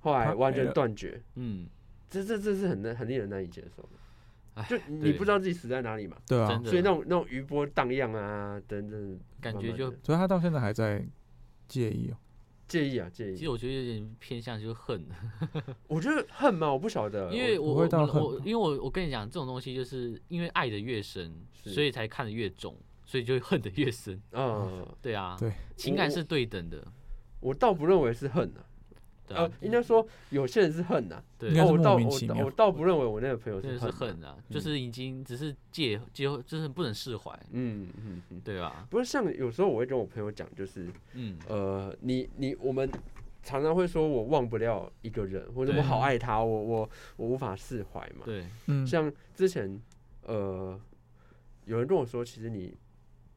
S2: 后来
S4: 他
S2: 完
S4: 没
S2: 全
S4: 了
S2: 断绝。
S1: 嗯，
S2: 这这这是很难很令人难以接受
S1: 唉
S2: 的，就你
S1: 对
S2: 不知道自己死在哪里嘛，
S4: 对啊，
S1: 真的，
S2: 所以那种那种余波荡漾啊等等，
S1: 感
S2: 慢
S1: 觉
S2: 慢
S1: 就
S2: 的
S4: 所以他到现在还在介意哦。
S2: 介意啊介
S1: 其
S2: 意。
S1: 实我觉得有点偏向就是恨，
S2: 我觉得恨嘛，我不晓得，
S1: 因为
S4: 不
S1: 我
S4: 会
S1: 我
S4: 到
S1: 们
S4: 恨
S1: 我
S4: 吧
S1: 因为我我跟你讲，这种东西就是因为爱的越深，
S2: 是
S1: 所以才看得越重，所以就会恨得越深。
S2: 我呃，
S1: 对啊，
S4: 对，
S1: 情
S2: 我
S1: 感
S2: 我
S1: 是对等的。
S2: 我倒不认为是恨啊，
S1: 对啊
S2: 呃，，应该说有些人是恨呐，
S1: 对
S4: 应
S2: 哦
S4: 该是
S2: 我倒
S4: 莫名
S2: 我
S4: 其
S2: 倒
S4: 妙
S2: 我倒不认为我那个朋友
S1: 真
S2: 是
S1: 的是
S2: 恨啊，
S1: 恨啊，就是已经只是戒戒，就是不能释怀，
S2: 嗯嗯嗯。
S1: 对吧？
S2: 不是像有时候我会跟我朋友讲，就是
S1: 嗯，
S2: 呃，你你我们常常会说我忘不了一个人，或者我
S1: 对
S2: 好爱他，我我我无法释怀嘛。
S1: 对，
S4: 嗯，
S2: 像之前呃，有人跟我说，其实你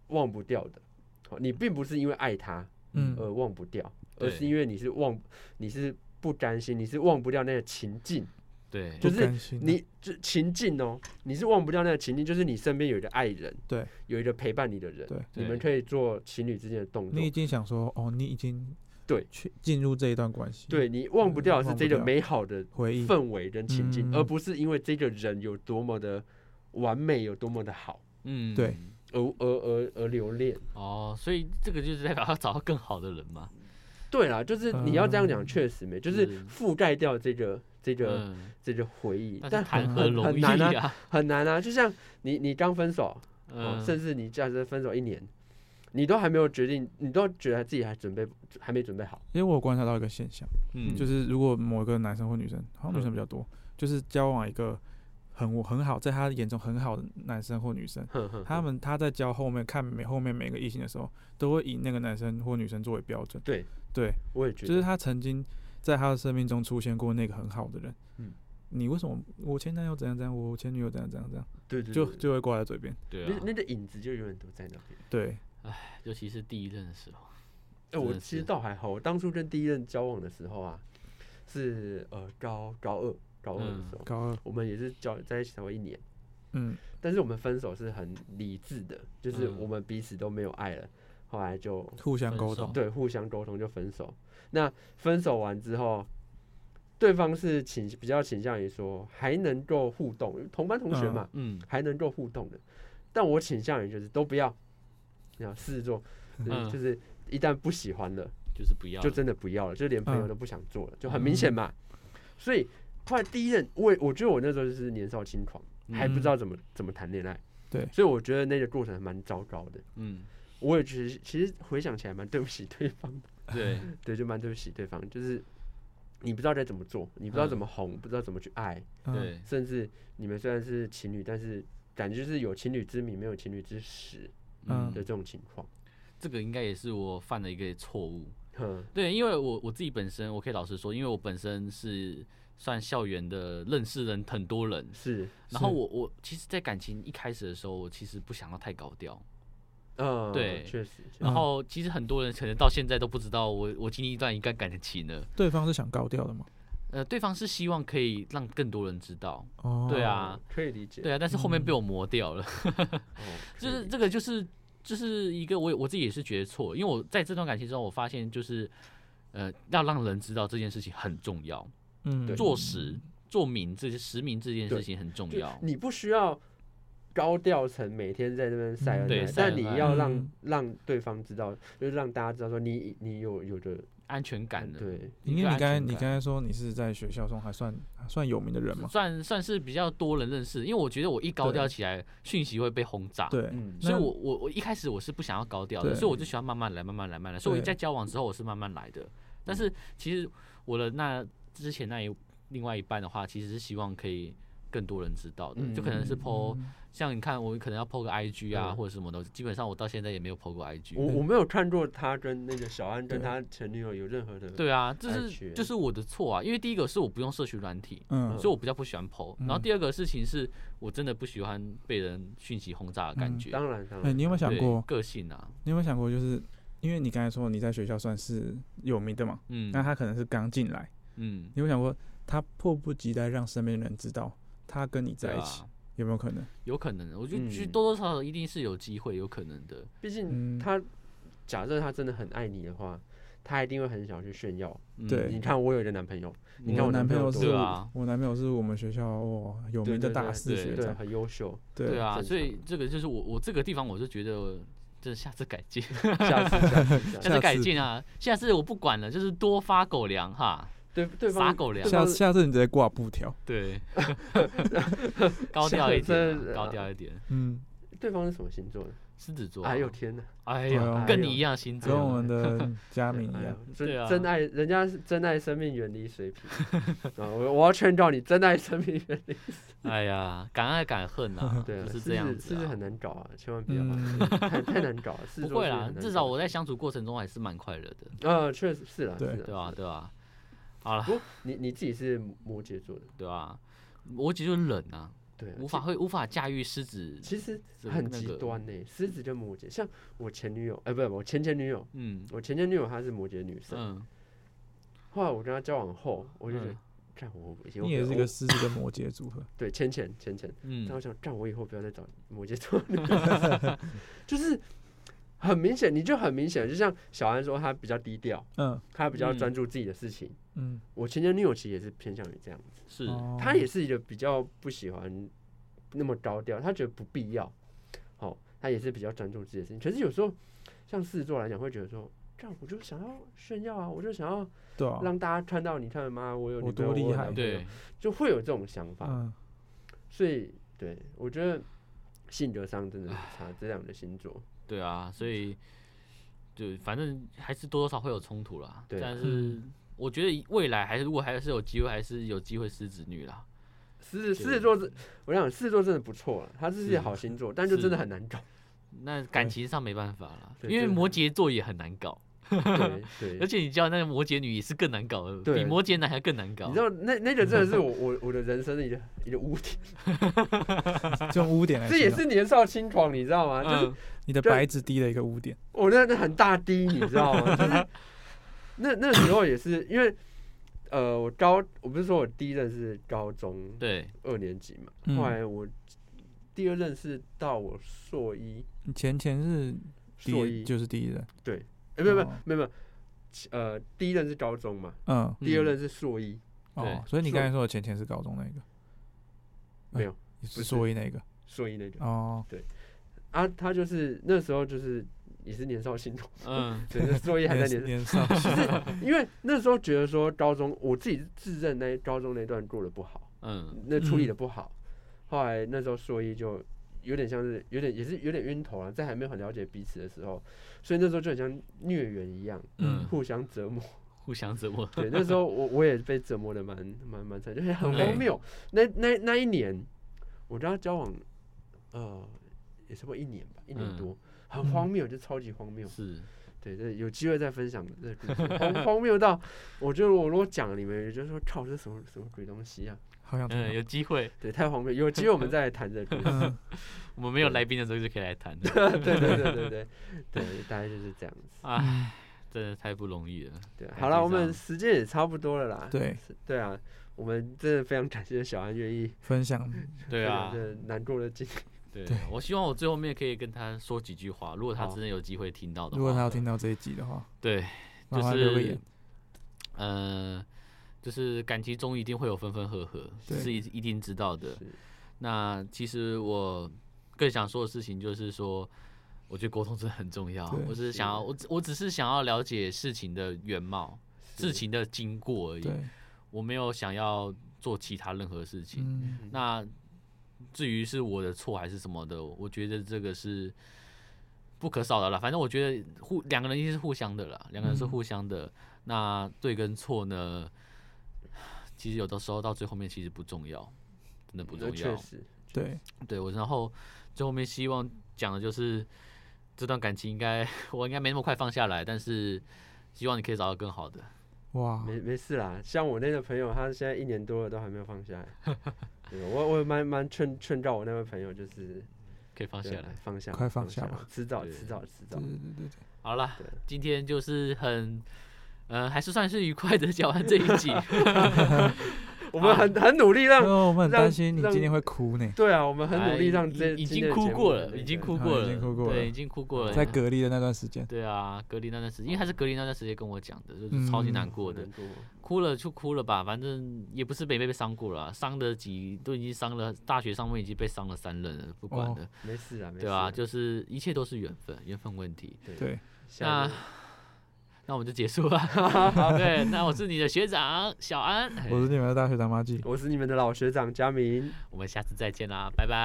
S2: 忘不掉的，哦你并不是因为爱他
S4: 嗯
S1: 呃
S2: 而忘不掉，而
S1: 对
S2: 是因为你是忘，你是不甘心，你是忘不掉那个情境，
S1: 对，
S2: 就
S4: 不
S2: 是
S4: 甘心啊
S2: 你就情境哦，你是忘不掉那个情境，就是你身边有一个爱人，
S4: 对，
S2: 有一个陪伴你的人，
S4: 对，
S2: 你们
S1: 对
S2: 可以做情侣之间的动作
S4: 你已，经想说哦，你已经
S2: 对
S4: 去进入这一段关系，
S2: 对你忘不掉的是
S4: 忘不
S2: 这个
S4: 掉
S2: 美好的
S4: 回忆，
S2: 氛围跟情境，
S4: 嗯
S2: 而不是因为这个人有多么的完美，有多么的好。
S1: 嗯，
S4: 对。
S2: 而而而而留恋，
S1: 哦，所以这个就是代表要找到更好的人嘛。
S2: 对啦，就是你要这样讲，
S4: 嗯
S2: 确实没，就是
S1: 嗯
S2: 覆盖掉这个这个、
S1: 嗯，
S2: 这个回忆，
S1: 但
S2: 但
S1: 是谈
S2: 很
S1: 何
S2: 很
S1: 容
S2: 很
S1: 易
S2: 难啊，
S1: 啊？
S2: 很难啊。就像你你刚分手，哦
S1: 嗯，
S2: 甚至你假设分手一年，你都还没有决定，你都觉得自己还准备还没准备好，
S4: 因为我有观察到一个现象，
S1: 嗯
S4: 就是如果某一个男生或女生，好像
S2: 嗯
S4: 女生比较多，就是交往一个很很好，在他眼中很好的男生或女生，
S2: 哼哼
S4: 他们他在教后面看每后面每个异性的时候，都会以那个男生或女生作为标准。
S2: 对
S4: 对，
S2: 我也觉得，
S4: 就是他曾经在他的生命中出现过那个很好的人。
S2: 嗯
S4: 你为什么我前男友怎样怎样，我前女友怎样怎样怎样，
S2: 对对
S4: 就
S2: 对
S4: 就会挂在嘴边。
S1: 对
S2: 那
S1: 啊，
S2: 那个影子就永远都在那边。
S4: 对，
S1: 尤其是第一任的时候，
S2: 哎、我
S1: 真的
S2: 其实
S1: 是
S2: 倒还好，我当初跟第一任交往的时候啊，是呃高高二高二的
S1: 嗯
S2: 时候，
S4: 高二，
S2: 我们也是交在一起才会一年。
S4: 嗯，
S2: 但是我们分手是很理智的，就是
S1: 嗯
S2: 我们彼此都没有爱了，后来就
S4: 互相
S1: 分
S4: 沟
S1: 手
S4: 通，
S2: 对互相沟通就分手。那分手完之后，对方是倾比较倾向于说还能够互动，因为同班同学嘛，
S1: 嗯
S2: 还能够互动的。但我倾向于就是都不要，要试着做，
S1: 嗯
S2: 就是一旦不喜欢了，
S1: 就是不要
S2: 就
S1: 了，
S2: 真的不要了，就连朋友
S4: 嗯
S2: 都不想做了，就很明显嘛。所以后来第一任，我也我觉得我那时候就是年少轻狂。还不知
S1: 嗯
S2: 道怎么怎么谈恋爱。
S4: 对
S2: 所以我觉得那个过程还蛮糟糕的。
S1: 嗯，
S2: 我也其实其实回想起来蛮对不起对方的，
S1: 对，
S2: 对，就蛮对不起对方，就是你不知道该怎么做，你不知道
S1: 嗯
S2: 怎么红，不知道怎么去爱，
S4: 嗯，
S1: 对，
S2: 甚至你们虽然是情侣，但是感觉就是有情侣之名，没有情侣之实
S4: 嗯
S2: 的这种情况。
S1: 这个应该也是我犯的一个错误。
S2: 哼，
S1: 对，因为我我自己本身，我可以老实说，因为我本身是算校园的认识人很多人，
S2: 是，
S1: 然后我我其实，在感情一开始的时候，我其实不想要太高调，
S2: 嗯，
S1: 对
S2: 确实，确实
S1: 然后其实很多人可能到现在都不知道我我经历一段一段感情了，
S4: 对方是想高调的嘛？
S1: 呃，对方是希望可以让更多人知道，
S4: 哦，
S1: 对
S2: 嗯
S1: 啊，
S2: 可以理解，
S1: 对啊，但是后面被我磨掉了。
S2: 哦，可
S1: 就
S2: 以
S1: 是
S2: 理
S1: 这个就是就是一个我也我自己也是觉得错，因为我在这段感情中，我发现就是呃要让人知道这件事情很重要，
S4: 嗯，
S2: 对
S1: 做实做明这些实名这件
S2: 对
S1: 事情很重
S2: 就
S1: 要。
S2: 你不需要高调成每天在那边晒
S4: 嗯
S2: 恩
S4: 对
S2: 爱，
S1: 晒
S2: 但
S1: 恩
S2: 你
S1: 爱
S2: 要让、
S4: 嗯
S2: 让对方知道，就是让大家知道说你你有有的
S1: 安全感的，
S2: 对，
S4: 因为你
S1: 安
S4: 刚才
S1: 全
S4: 你
S1: 感
S4: 刚才说你是在学校中还算还算有名的人嘛？
S1: 算算是比较多人认识，因为我觉得我一高
S4: 对
S1: 调起来，讯息会被轰炸。
S4: 对，
S2: 嗯
S1: 所以
S4: 那
S1: 我我我一开始我是不想要高调的，
S4: 对
S1: 所以我就喜欢慢慢来，慢慢来，慢慢来。所以我
S4: 对嗯
S1: 在交往之后我是慢慢来的，但是其实我的那之前那一另外一半的话，其实是希望可以更多人知道的，
S2: 嗯
S1: 就可能是 PO，、
S4: 嗯
S1: 像你看我可能要 PO 个 IG 啊
S2: 对
S1: 或者什么的，基本上我到现在也没有 PO 过 IG。
S4: 哦
S2: 我我没有看过他跟那个小安跟
S4: 对
S2: 他前女友有任何的，
S1: 对啊，这
S2: IG
S1: 是就是我的错啊，因为第一个是我不用社群软体，
S4: 嗯
S1: 所以我比较不喜欢 PO，、然后
S4: 嗯
S1: 第二个事情是我真的不喜欢被人讯息轰炸的感
S4: 嗯
S1: 觉，
S2: 当然当
S4: 哎，
S2: 然，
S4: 你有没有想
S1: 对
S4: 过？
S1: 个性啊，
S4: 你有没有想过，就是因为你刚才说你在学校算是有名的嘛，
S1: 嗯
S4: 那他可能是刚进来，
S1: 嗯，
S4: 你有没有想过他迫不及待让身边人知道他跟你在
S1: 对
S4: 一
S1: 啊
S4: 起，有没有可能？
S1: 有可能，我就
S2: 嗯
S1: 觉得多多少少一定是有机会，有可能的。
S2: 毕竟
S4: 嗯
S2: 他、假设他真的很爱你的话，他一定会很想去炫耀。
S1: 嗯、
S4: 对
S2: 你看我有一个男朋友，你
S1: 嗯
S2: 看
S4: 我
S2: 男
S4: 男
S2: 朋
S4: 朋
S2: 友
S4: 友
S2: 多
S4: 是
S1: 对啊
S4: 我男朋友是我们学校哦有
S2: 对
S4: 名的
S2: 对
S4: 大
S2: 对
S4: 四
S1: 对
S4: 学
S2: 对，
S4: 长，
S2: 很优秀，
S1: 对啊，
S2: 正
S1: 所以
S2: 常
S1: 这个就是我我这个地方，我就觉得这下次改 进，下
S2: 下次下次下次
S4: 下
S1: 次
S4: 次
S1: 改进啊，下次我不管了，就是多发狗粮哈，
S2: 对对
S1: 撒
S2: 方
S1: 狗粮
S2: 对
S4: 下
S2: 方
S4: 下次你直接挂布条，
S1: 对， 高调一点
S2: 下
S1: 啊、
S2: 次
S1: 高调一点。
S4: 嗯，
S2: 对方是什么星座的？
S1: 狮子座、啊，
S2: 哎呦天哪！
S1: 哎
S4: 哎
S2: 啊
S1: 呀，
S4: 呦
S1: 跟你一样啊星
S4: 跟
S1: 座，
S4: 我 们的嘉明
S2: 哎呀
S4: 一样，，
S1: 对
S2: 真
S1: 啊
S2: 真爱，人家是真爱生命，远离水 瓶啊！我我要劝告你，真爱生命远离。
S1: 哎呀，敢爱敢恨
S2: ，
S1: 啊
S2: 对啊，
S1: 就是
S2: 狮
S1: 这样
S2: 子，
S1: 子
S2: 狮子
S1: 啊
S2: 很。难搞啊，千万不要啊，
S4: 嗯，
S2: 太太难搞 了。狮子
S1: 不
S2: 座
S1: 会
S2: 是
S1: 啦
S2: 很，难
S1: 至
S2: 搞
S1: 少我在相处过程中还是蛮快乐的，
S2: 呃，确实是啦，
S4: 对
S2: 是啦
S1: 对吧、。
S2: 是啦
S1: 对吧、好了，
S2: 不过你你自己是摩羯座的，
S1: 对吧、摩羯就冷啊，
S2: 对啊，
S1: 无法会无法驾驭狮子，
S2: 其。其实
S1: 这
S2: 很
S1: 那
S2: 极
S1: 个
S2: 端呢，狮子跟摩羯，像我前女友，哎，不是我前前女友，
S1: 嗯
S2: 我前前女友她是摩羯女生，
S1: 嗯，
S2: 后来我跟她交往后，我就觉得
S1: 嗯，
S2: 看我以后
S4: 你也
S2: 不
S4: 是
S2: 要
S4: 个
S2: 我
S4: 狮子跟摩羯组合，
S2: 对前前前前，
S1: 嗯
S2: 但我想，干我以后不要再找摩羯座女 生就是很明显，你就很明显，就像小安说，他比较低调，
S4: 嗯
S2: 他比较
S1: 嗯
S2: 专注自己的事情。
S4: 嗯，
S2: 我前前女友其实也是偏向于这样子，
S1: 是，
S4: 哦
S2: 她也是一个比较不喜欢那么高调，她觉得不必要。好、她也是比较专注自己的事情。可是有时候，像狮子座来讲，会觉得说。这样我就想要炫耀啊，我就想要
S4: 对啊，
S2: 让大家看到，你看妈，我有
S4: 我
S2: 女朋友
S4: 多厉
S2: 我有
S4: 害
S2: 男朋友
S1: 对，
S2: 就会有这种想法。
S4: 嗯，
S2: 所以对我觉得性格上真的很差，这两个星座，
S1: 对啊，所以就反正还是多多少会有冲突啦。
S2: 对啊
S1: 但是我觉得未来还是如果还是有机会，还是有机会狮子女啦。
S2: 狮子
S1: 对
S2: 狮子座是，我想狮子座真的不错了，它是一
S1: 是
S2: 个好星座，但就是真的很难搞。
S1: 那感情上没办法啦，
S2: 对
S1: 因为
S2: 这个
S1: 摩羯座也很难搞，
S2: 对
S1: 而
S2: 对，
S1: 且你知道那个摩羯女也是更难搞的，
S2: 对
S1: 比摩羯男还更难搞
S2: 你知。道那那个真的是我我我的人生的一个一个污点，
S4: 就用污点来
S2: 这
S4: 形
S2: 也
S4: 容，
S2: 哎是年少轻狂，你知道吗？就是
S1: 嗯，
S4: 你的
S2: 对
S4: 白纸低的一个污点，
S2: 我那那很大滴，你知道吗？ 就是那那时候也是因为。呃，我高，我不是说我第一任是高中
S1: 对，
S2: 二年级嘛，
S4: 嗯
S2: 后来我第二任是到我硕一，
S4: 你前前是第
S2: 硕一
S4: 一就是第一人，
S2: 哎、没有没有
S4: 哦
S2: 没有没有，其呃，第一任是高中嘛，
S4: 嗯，
S2: 第二
S1: 嗯
S2: 任是硕一，
S1: 对
S4: 哦，所以你
S2: 硕
S4: 刚才说的前前是高中那个，
S2: 没有
S4: 啊，你
S2: 不
S4: 是
S2: 是
S4: 硕一那个
S2: 硕一那个
S4: 哦，
S2: 啊，他就是那时候就是也是年少轻狂，
S1: 嗯，
S2: 对，那硕一 还在年，
S4: 年少 轻
S2: 因为那时候觉得说高中我自己自认那高中那段过得不好，
S1: 嗯，
S2: 那处理
S4: 嗯
S2: 的不好，后来那时候硕一就。有点像是，有点也是有点晕头了，在还没有很了解彼此的时候，所以那时候就很像孽缘一样，
S1: 嗯
S2: 互相折磨。
S1: 互相折磨。
S2: 对，那时候我我也被折磨的蛮蛮蛮惨，就是很
S1: 对
S2: 荒谬。那那那一年，我跟他交往，呃，也差不多一年吧，一年
S1: 嗯
S2: 多。很荒谬，就超级荒谬。
S1: 是
S2: 对，这有机会再分享这个故事， 荒荒谬到，我觉得我如果讲你们，也就说靠，这什么什么鬼东西啊？
S4: 好想听
S1: 嗯，有
S4: 哦。
S1: 机会，
S2: 对，太荒谬。有机会我们再来谈这个故事。
S4: 嗯，
S1: 我们没有来宾的时候就可以来谈的。
S2: 对 对对对对对，大概就是这样子。
S1: 唉，真的太不容易了。
S2: 对，
S1: 感
S2: 好
S1: 觉
S2: 了，我们
S1: 上
S2: 时间也差不多了啦。
S4: 对，
S2: 是，对啊，我们真的非常感谢小安愿意
S4: 分享
S2: 嗯
S1: 对啊
S2: 分，享这难过的经历。
S1: 对
S4: 对
S1: 啊，我希望我最后面可以跟他说几句话，如果他
S2: 好
S1: 真的有机会听到的话，
S4: 如果他要听到这一集的话，
S1: 对，
S4: 麻
S1: 就
S4: 烦
S1: 是
S4: 留个言。
S1: 呃，就是感情中一定会有分分合合，
S4: 对
S1: 是一一定知道的
S2: 是。
S1: 那其实我更想说的事情就是说，我觉得沟通真的很重要
S4: 对。
S1: 我只是想要，我只我只是想要了解事情的原貌、事情的经过而已，
S4: 对，
S1: 我没有想要做其他任何事情。
S4: 嗯，
S1: 那至于是我的错还是什么的，我觉得这个是不可少的啦。反正我觉得互两个人一定是互相的啦，两个人是
S4: 嗯
S1: 互相的。那对跟错呢，其实有的时候到最后面其实不重要，真的不重
S2: 确
S1: 要。
S2: 实，
S4: 对，
S1: 对我，然后最后面希望讲的就是这段感情应该我应该没那么快放下来，但是希望你可以找到更好的。
S4: 哇，
S2: 没没事啦。像我那个朋友，他现在一年多了都还没有放 下来。对，我我蛮蛮劝劝告我那位朋友，就是
S1: 可以放下
S2: 对
S1: 来。
S2: 放下，
S4: 快
S2: 放
S4: 放下吧
S2: 吧，迟早
S1: 对
S2: 迟早迟
S4: 对
S2: 早
S4: 对。对对对，
S1: 好啦
S2: 对，
S1: 今天就是很，呃，还是算是愉快的讲完这一 集。
S2: 我们很
S1: 哎
S2: 很努力让，
S4: 哦，我们很
S2: 让
S4: 担心你
S2: 让
S4: 今天会哭呢，
S2: 对啊，我们很
S1: 哎
S2: 努力让
S1: 已
S2: 这
S1: 已
S2: 今天
S1: 经
S2: 的
S1: 哭
S2: 节目
S1: 过
S2: 的
S1: 了，
S2: 那
S1: 已经
S2: 个
S1: 哭
S4: 啊
S1: 过
S4: 已
S1: 了，
S4: 经哭过
S1: 对，
S4: 了
S1: 已经哭过了。
S4: 在隔离的那段时间，
S1: 对啊，隔离那段时间，因为他是隔离那段时间跟我讲的，就是超级
S4: 嗯
S1: 难过的，
S2: 难过
S1: 哭了就哭了吧，反正也不是没被伤过了啊、伤的几都已经伤了，大学上面已经被伤了三任了，不管
S4: 哦
S1: 了，
S2: 没事啊，没事
S1: 对啊，就是一切都是缘分，缘分问题。
S4: 对，
S2: 下一个
S1: 那我们就结 束吧。好，对，那我是你的学长小安，
S4: 我是你们的大学长妈记。
S2: 我是你们的老学长佳明。
S1: 我们下次再见啦，拜拜。